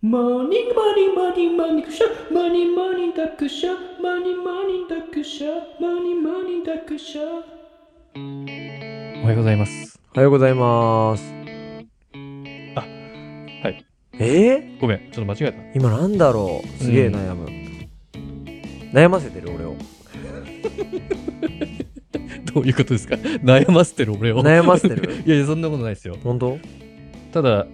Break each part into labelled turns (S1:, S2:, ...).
S1: マーニングマーニングマーニングマーニングシャーマーニングマーニングダックシャーマーニングマーニングダックシャーマーニングマーニングダックシャー
S2: おはようございます。
S3: おはようございます。
S2: あはい。
S3: え
S2: ごめん、ちょっと間違えた。
S3: ー、今なんだろうすげえ悩む、悩ませて る俺を。
S2: どういうことですか悩ませてる俺を。
S3: 悩ませてる
S2: いやいや、そんなことないですよ。
S3: 本当
S2: ただ、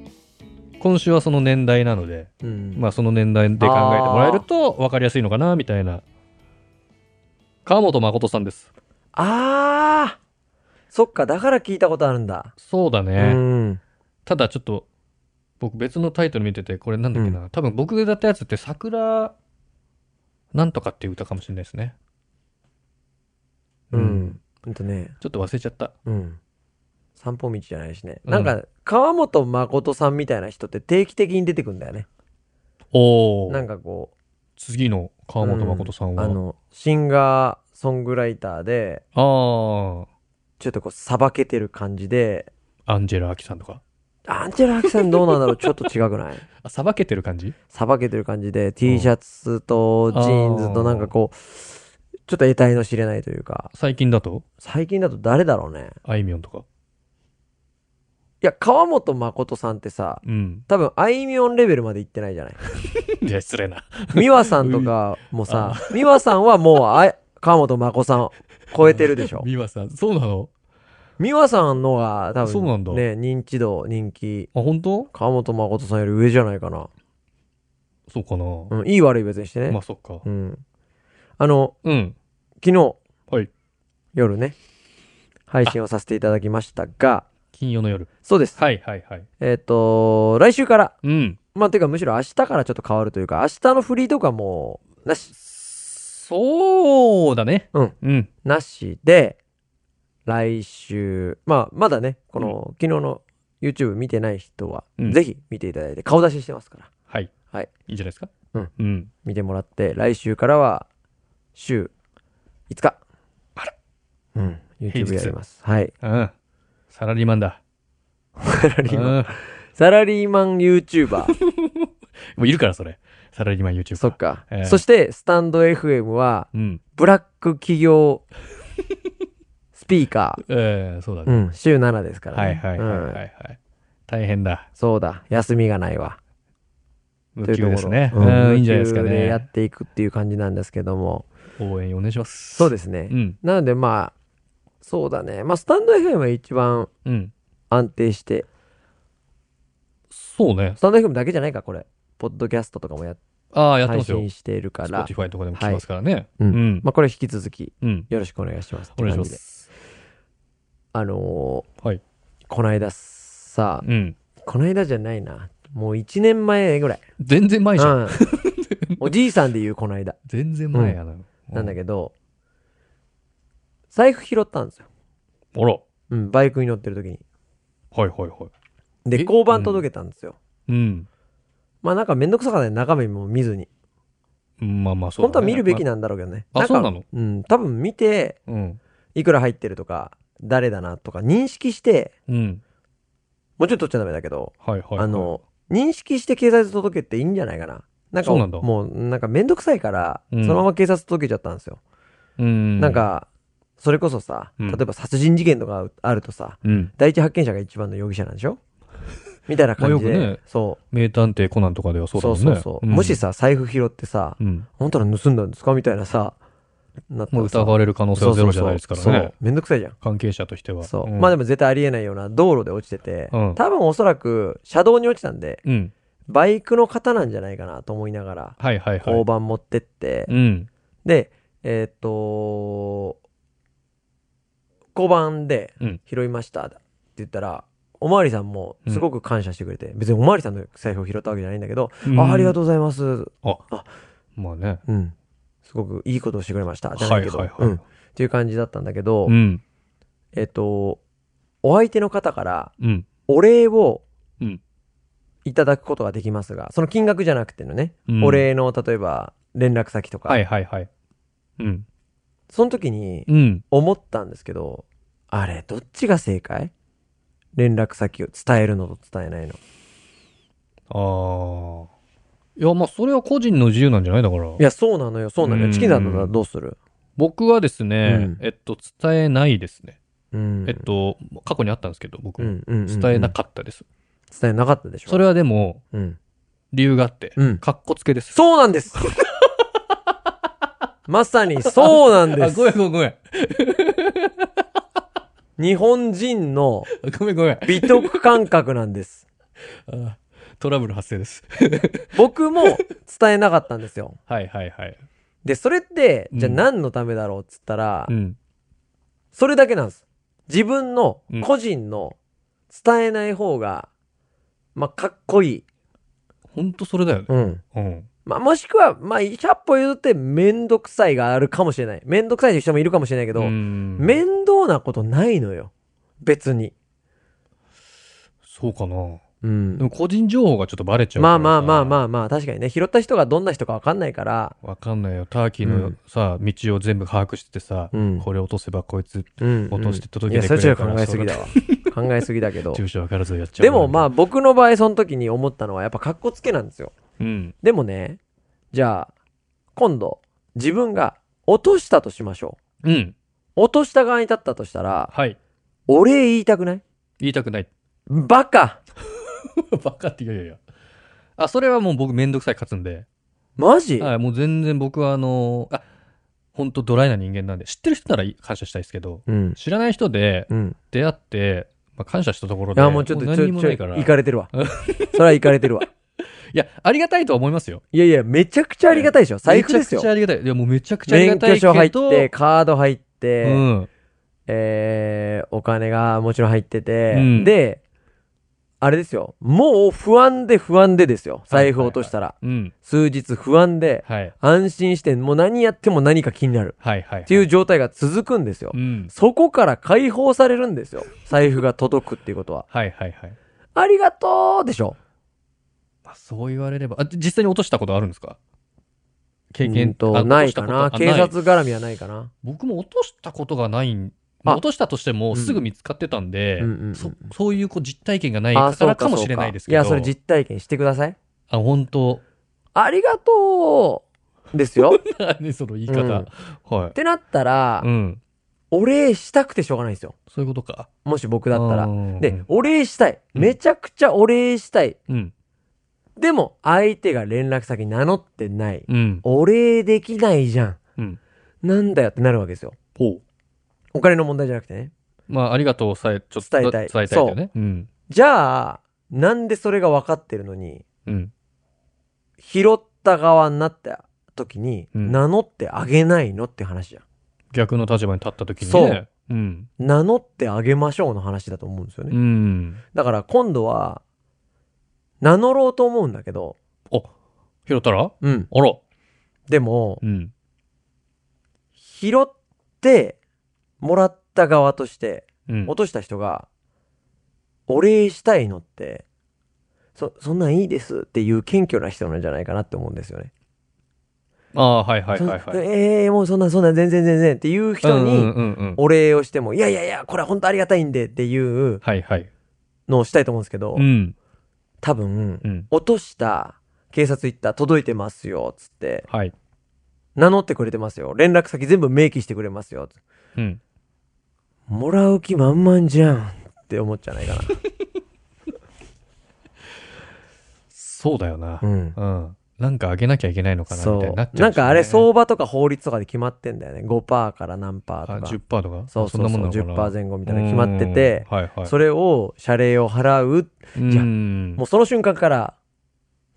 S2: 今週はその年代なので、
S3: うん。
S2: まあその年代で考えてもらえると分かりやすいのかな、みたいな。川本誠さんです。
S3: あーそっか、だから聞いたことあるんだ。
S2: そうだ
S3: う
S2: ね。
S3: ん。
S2: ただちょっと、僕別のタイトル見てて、これなんだっけな。多分僕が歌ったやつって桜、なんとかっていう歌かもしれないですね。
S3: うん。ほんとね。
S2: ちょっと忘れちゃった。
S3: うん。散歩道じゃないしね。
S2: うん
S3: なんか、川本誠さんみたいな人って定期的に出てくんだよね。
S2: おお。
S3: なんかこ
S2: 次の川本誠さん
S3: う、
S2: は。
S3: あの、シンガー、ソングライターで、
S2: あ
S3: ちょっとこう、さばけてる感じで、
S2: あ、アンジェラ・アキさんとか。
S3: アンジェラ・アキさんどうなんだろうちょっと違くない
S2: あ、さばけてる感じ
S3: さばけてる感じで、T シャツとジーンズとなんかこう、ちょっと得体の知れないというか、
S2: 最近だと
S3: 最近だと誰だろうね。
S2: あいみょんとか。
S3: いや、川本誠さんってさ、
S2: うん。
S3: 多分、あいみょんレベルまで行ってないじゃない
S2: いや、失礼な。
S3: 美和さんとかもさ、美和さんはもうあい、川本誠さんを超えてるで しょ。
S2: 美和さん、そうなの
S3: 美和さんのが多
S2: そうなん
S3: 分
S2: だ
S3: ね、認知度、人気、
S2: あ、本当
S3: 川本誠さんより上じゃないかな。
S2: そうかな。
S3: うん、いい悪い別にしてね。
S2: まあ、そっか
S3: う。ん。あの、
S2: うん。
S3: 昨日、
S2: はい。
S3: 夜ね、配信をさせていただきましたが、
S2: 金曜の夜。
S3: そうです。
S2: はいはいはい。
S3: えっ、と、来週から、
S2: うん。
S3: まあ、ていうかむしろ明日からちょっと変わるというか、明日のフリーとかもう、なし、
S2: そうだね。
S3: うん。
S2: うん。
S3: なしで、来週、まあ、まだね、この、昨日の YouTube 見てない人は、
S2: うん
S3: ぜひ見ていただいて、顔出ししてますから、
S2: はい。
S3: はい。
S2: いいんじゃないですか
S3: うん。
S2: うん。
S3: 見てもらって、来週からは、週5日。うん。
S2: 平
S3: YouTube
S2: 日
S3: やります。はい。
S2: うん。サラリーマンだ。
S3: サラリーマン。
S2: うん。
S3: サラリーマン YouTuber。
S2: もういるから、それ。サラリーマン YouTube。
S3: そっ。か。
S2: ええ
S3: そして、スタンド FM は、
S2: うん。
S3: ブラック企業 スピーカ
S2: ええ、そうだ
S3: ー。う
S2: ね。
S3: ん、週7ですから
S2: はい
S3: ね。
S2: はいはいはいは
S3: うん
S2: い。大変だ。
S3: そうだ、休みがないわ。
S2: 無給ですね。
S3: というところ
S2: うん、いいんじゃないですか
S3: 無給でや
S2: ね。
S3: っていくっていう感じなんですけども。
S2: 応援お願いします。
S3: そう
S2: で
S3: ですね。
S2: うん。
S3: なのでまあ、そうだね。まあ、スタンド FM は一番
S2: うん。
S3: 安定して、
S2: そうね
S3: ス。タンド FM だけじゃないか、これ。ポッドキャストとかもや
S2: ああ、やって
S3: 配
S2: ますよ
S3: 信。しているから。
S2: Spotify とかでも聞きますからね。
S3: うん
S2: うん。
S3: まあ、これ引き続き
S2: うん。
S3: よろしくお願いします。
S2: お願いしま。
S3: って感じですあの
S2: はい。
S3: ーこの間さ、
S2: うん。
S3: この間じゃないな。もう1年前ぐらい。
S2: 全然前じゃん。
S3: うん、おじいさんで言うこの間
S2: 全然前やな。
S3: なんだ
S2: け
S3: けど、財布拾ったんですよ、
S2: ど。あら。
S3: うん、バイクに乗ってる時に
S2: はいはいはい。え
S3: で交番届けたんですよ、
S2: うん。
S3: まあなんかめんどくさかったね中身も見ずに、
S2: まあまあ、そうだね。
S3: 本当は見るべき
S2: ま
S3: なんだろうけどね、
S2: あ
S3: んか
S2: そうなの
S3: うん多分見て
S2: あ。うん。
S3: いくら入ってるとか誰だなとか認識して
S2: うん。
S3: もうちょっと取っちゃダメだけど、
S2: はいはいはい。
S3: あの認識して警察届けっていいんじゃないかななんか
S2: そうなんだ
S3: もうなんかめんどくさいから、
S2: うん
S3: そのまま警察届けちゃったんですよ、
S2: うん。
S3: なん、かそれこそさ、
S2: うん
S3: 例えば殺人事件とかあるとさ、
S2: うん。
S3: 第一発見者が一番の容疑者なんでし ょみたいな感じ
S2: ま
S3: で、
S2: あよくね
S3: そ
S2: 名探偵コナンとかでは
S3: う
S2: そうだ
S3: そ
S2: もね。
S3: うんそうそう、もし
S2: さ、
S3: さ財布拾ってさ
S2: うん。
S3: 「あんたら盗んだんですか?」みたいなさなった
S2: もう
S3: らさ
S2: 疑われる可能性はゼロじゃないですから
S3: そうそう
S2: ね
S3: そう。めんどくさいじゃん
S2: 関係者としては。
S3: そう、まあで
S2: も。
S3: も絶対ありえないような道路で落ちてて、
S2: うん
S3: 多分おそらく車道に落ちたんで
S2: うん。
S3: バイクの方なんじゃないかなと思いながら
S2: はいはいは
S3: 交
S2: い。
S3: 番持ってって、
S2: うん。
S3: でえーっと交番で
S2: うん
S3: 「拾いました」って言ったら、おまわりさんもすごく感謝してくれて、別におまわりさんの財布を拾ったわけじゃないんだけど、あありがとうございます、う
S2: うん。まあね。
S3: ん、すごくいいことをしてくれましたじゃな
S2: はいい
S3: けど、
S2: はいは
S3: うん、っ
S2: い。
S3: ていう感じだったんだけど、
S2: うん。
S3: えっとお相手の方から
S2: うん。
S3: お礼を
S2: うん
S3: いただくことができますがその金額じゃなくてのね、
S2: うん
S3: お礼の例えば連絡先とか、
S2: はいはいはい。うん。
S3: その時に
S2: うん。
S3: 思ったんですけど、あれ、どっちが正解連絡先を伝えるのと伝えないの。
S2: ああ。いや、まあ、それは個人の自由なんじゃないだから
S3: い。や、そうなのよ、そうなの
S2: う
S3: よ。
S2: ん
S3: チキンさんだったらどうする
S2: 僕はですね
S3: うん、
S2: えっと、伝えないですね。
S3: うん
S2: えっと、過去にあったんですけど、僕
S3: う
S2: も。
S3: んうんうんうん
S2: 伝えなかったです。
S3: 伝えなかったでしょ。
S2: それはでも、
S3: うん。
S2: 理由があって
S3: うん、
S2: かっこつけです。
S3: そうなんです まさにそうなん
S2: あ、
S3: です
S2: ごめんごめんご めん。
S3: 日本人の
S2: あごめんごめん。
S3: 美徳感覚なんです。
S2: あトラブル発生です。
S3: 僕も伝えなかったんですよ。
S2: はいはいはい。
S3: で、それって、
S2: うん
S3: じゃあ何のためだろうっつったら、
S2: うん。
S3: それだけなんです。自分の
S2: うん
S3: 個人の伝えない方が、まあ、かっこいい。
S2: ほんとそれだよね。
S3: うん。
S2: うん。
S3: まあ、もしくは、まあ、100歩譲ってめんどくさいがあるかもしれない。めんどくさいという人もいるかもしれないけど、
S2: うん
S3: 面倒なことないのよ。別に。
S2: そうかな。
S3: う
S2: で
S3: ん。
S2: も個人情報がちょっとバレちゃう
S3: まあまあまあま
S2: あ。
S3: あまあ、確かにね、拾った人がどんな人かわかんないから、
S2: わかんないよ。ターキー
S3: う
S2: の
S3: ん
S2: さ、道を全部把握しててさ
S3: うん、
S2: これ落とせばこいつ
S3: うん
S2: 落として
S3: うんい
S2: 届け
S3: や、
S2: て
S3: そ
S2: く
S3: れ
S2: れ
S3: ちょ
S2: る
S3: っ
S2: か
S3: と
S2: ら。
S3: 考えすぎだわ。考えすぎだけ ど。
S2: 住所わからずやっちゃう。
S3: でもまあ、僕の場合その時に思ったのはやっぱ格好つけなんですよ。
S2: うん。
S3: でもね、じゃあ、今度、自分が落としたとしましょ
S2: うん。
S3: う。落とした側に立ったとしたら、
S2: はい。
S3: お礼言いたくない
S2: 言いたくない。
S3: バカ
S2: バカって、いやいやいや。あ、それはもう僕めんどくさい勝つんで。
S3: マジ、
S2: はい、もう全然僕はあのあ、ほんとドライな人間なんで、知ってる人なら感謝したいですけど、
S3: うん。
S2: 知らない人で
S3: うん。
S2: 出会って、まあ、感謝したところ
S3: い
S2: で、
S3: や、もうちょっと、
S2: もう
S3: ち
S2: 何
S3: ょ、
S2: にも
S3: ち
S2: な
S3: ょ、
S2: いから。
S3: いかれてる わ。それはいかれてるわ。
S2: いや、ありがたいとは思いますよ。
S3: いやいや、めちゃくちゃありがたいでしょ。財布です
S2: めちゃく
S3: よ
S2: ちゃ。ありがたい。いや、もうめちゃくちゃありが
S3: 免
S2: たい
S3: 許
S2: けど。
S3: 証入って、カード入って、
S2: うん。
S3: えー、お金がもちろん入ってて、
S2: うん
S3: で、あれですよ。もう不安で不安でですよ。財布落としたら。
S2: うん。
S3: 数日不安で、
S2: はい。
S3: 安心して、もう何やっても何か気になる。
S2: はいはい。
S3: っていう状態が続くんですよ
S2: う。ん。
S3: そこから解放されるんですよ。財布が届くっていうことは。
S2: はいはいはい。
S3: ありがとうでしょ。
S2: まあ、そう言われれば。あ、実際に落としたことあるんですか経
S3: う
S2: 験
S3: んと、ないかな。警。
S2: あ落としたことあい
S3: 察絡みはないかな。
S2: 僕も落としたことがないん
S3: あ
S2: 落としたとしてもすぐ見つかってたんで、
S3: うんうんうんうん
S2: そそういうこう実体験がないか
S3: あ、そう
S2: ら
S3: か
S2: かも
S3: そう
S2: しれないですけ
S3: い
S2: ど。
S3: や、それ実体験してください。
S2: あ、本当
S3: ありがとうですよ。っ
S2: 何その言い方。
S3: うん
S2: はい。
S3: てなったら、
S2: うん。
S3: お礼したくてしょうがないんですよ。
S2: そういうことか。
S3: もし僕だった
S2: う
S3: ら。
S2: ん
S3: で、お礼したい。
S2: うん
S3: めちゃくちゃお礼したい。
S2: うん。
S3: でも、相手が連絡先名乗ってない。
S2: うん。
S3: お礼できないじゃん。
S2: うん。
S3: なんだよってなるわけですよ。
S2: ほう。
S3: お金の問題じゃなくてね。
S2: まあ、ありがとうさえ、ちょっと
S3: 伝えたい
S2: 伝えたいだよね。うん。
S3: じゃあ、なんでそれが分かってるのに、
S2: うん。
S3: 拾った側になった時に、
S2: うん
S3: 名乗ってあげないのって話じゃん。
S2: 逆の立場に立った時にね。
S3: そう。
S2: うん。
S3: 名乗ってあげましょうの話だと思うんですよ
S2: う
S3: ね。
S2: ん。
S3: だから今度は、名乗ろうと思うんだけど、
S2: あ、拾ったら
S3: うん。
S2: あら。
S3: でも
S2: う、ん。
S3: 拾ってもらった側として、
S2: うん。
S3: 落とした人が、お礼したいのって、そ、そんなんいいですっていう謙虚な人なんじゃないかなって思うんですよね。
S2: ああ、はいはいはい
S3: そ
S2: はい。
S3: ええもうそんなそんな全然全然っていう人
S2: うん
S3: に、
S2: うんうん。
S3: お礼をしても、いやいやいや、これは本当ありがたいんでっていう
S2: はいはい。
S3: のをしたいと思うんですけど、
S2: うん。
S3: 多分、
S2: うん。
S3: 落とした、警察行った、届いてますよ、つって、
S2: はい。
S3: 名乗ってくれてますよ、連絡先全部明記してくれますよ、つ
S2: うん。
S3: もらう気満々じゃんって思っちゃないかな。
S2: そうだよな。
S3: うん。
S2: うん。なんかあげなきゃいけないのかなみたい
S3: そ
S2: に
S3: う。
S2: なっちゃうしね、
S3: なんかあれ、相場とか法律とかで決まってんだよね。5%から何パ
S2: あ
S3: ーとか。
S2: 10%とか
S3: そうそうそう。
S2: んなもんなのかな
S3: 10%前後みたいなの決まってて、
S2: うんはいはい。
S3: それを謝礼を払うじゃ
S2: うん
S3: もうその瞬間から、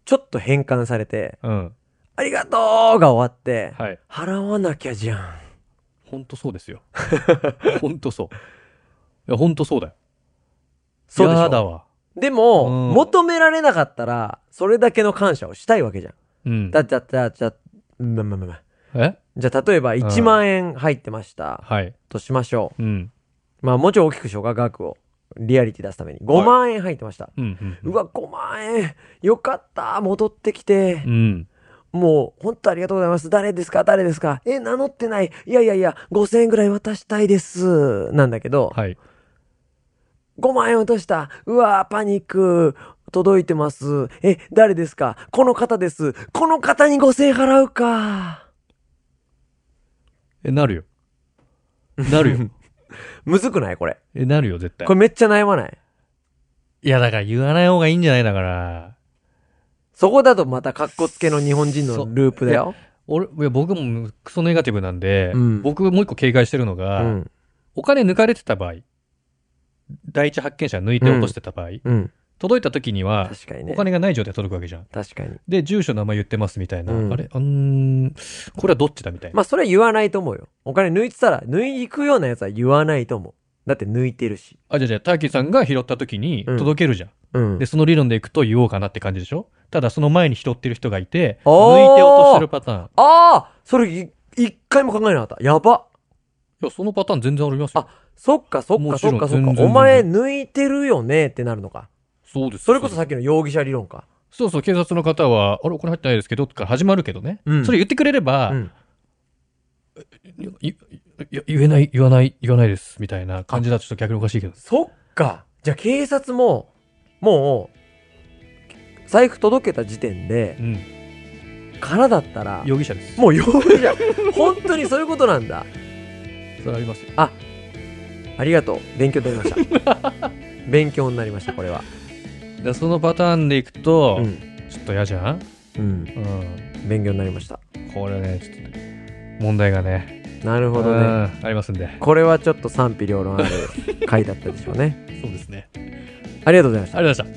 S3: ちょっと変換されて、
S2: うん。
S3: ありがとうが終わって、
S2: はい。
S3: 払わなきゃじゃん。
S2: ほんとそう ですよ。ほんとそう。いや、ほんとそうだよ。
S3: そうでし
S2: やだ
S3: ょ。
S2: わ。
S3: でも、
S2: うん
S3: 求められなかったら、それだけの感謝をしたいわけじゃん。
S2: うん。
S3: だって、だって、だってだって、まあまあまあまあ
S2: え
S3: じゃあ、例えば1万円入ってました。
S2: はい。
S3: としましょ
S2: うん。
S3: う。まあ、もうちょい大きくしようか、額を。リアリティ出すために。5万円入ってました。
S2: うん。うん
S3: うわ、5万円。よかった。戻ってきて
S2: う。ん。
S3: もう、本当ありがとうございます。誰ですか誰ですかえ、名乗ってない。いやいやいや、5000円ぐらい渡したいです。なんだけど、
S2: はい。
S3: 5万円落とした。うわー、パニック。届いてます。え、誰ですかこの方です。この方に5000円払うか。
S2: え、なるよ。なる よ。
S3: むずくないこれ。
S2: え、なるよ、絶対
S3: こ。れめっちゃ悩まない。
S2: いや、だから言わない方がいいんじゃないだから。
S3: そこだとまたカッコつけの日本人のループだよ。
S2: 俺、いや、僕もクソネガティブなんで、
S3: うん
S2: 僕もう一個警戒してるの
S3: う
S2: が、
S3: ん。
S2: お金抜かれてた場合、第一発見者抜いて落としてた場合、
S3: うん。
S2: 届いた時には、
S3: 確かに
S2: お
S3: ね。
S2: 金がない状態で届くわけじゃん。
S3: 確かに。
S2: で、住所名前言ってますみたいな。
S3: うん
S2: あれうーん、これはどっちだみたいな。
S3: まあ、それは言わないと思うよ。お金抜いてたら、抜いに行くようなやつは言わないと思う。だって抜いてるし。
S2: あ、じゃあじゃあターキーさんが拾った時に
S3: うん
S2: 届けるじゃん。
S3: うん
S2: で、。その理論でいくと言おうかなって感じでしょただその前に拾ってる人がいて、
S3: おー
S2: 抜いて落としてるパターン。
S3: ああそれい一回も考えなかった。やば。
S2: いや、そのパターン全然ありますよ。
S3: そっかそっ
S2: も
S3: か
S2: ちろ
S3: そ
S2: ん
S3: っかそっ
S2: 全
S3: か。
S2: 然
S3: お前抜いてるよねってなるのか。
S2: そうです。
S3: それこそ
S2: うで
S3: さっきの容疑者理論か。
S2: すそうそう、警察の方は、あれ、お金入ってないですけど、から始まるけどね。
S3: うん
S2: それ言ってくれれば、
S3: うん。
S2: いいい言えない、言わない、言わないです、みたいな感じだとちょっと逆におかしいけど。
S3: そっか。じゃあ警察も、もう、財布届けた時点で
S2: う、ん。
S3: からだったら、
S2: 容疑者です。
S3: もう容疑者。本当にそういうことなんだ。
S2: それありますよ。
S3: ありがとう。勉強になりました。 勉強になりました、これは。
S2: でそのパターンでいくと、
S3: うん。
S2: ちょっと嫌じゃん
S3: うん。
S2: うん。
S3: 勉強になりました。
S2: これね、ちょっとね、問題がね、
S3: なるほ
S2: う
S3: どね。
S2: んありますんで。
S3: これはちょっと賛否両論ある回だったでしょうね。
S2: そうですね。
S3: ありがとうございました。
S2: ありがとうございました。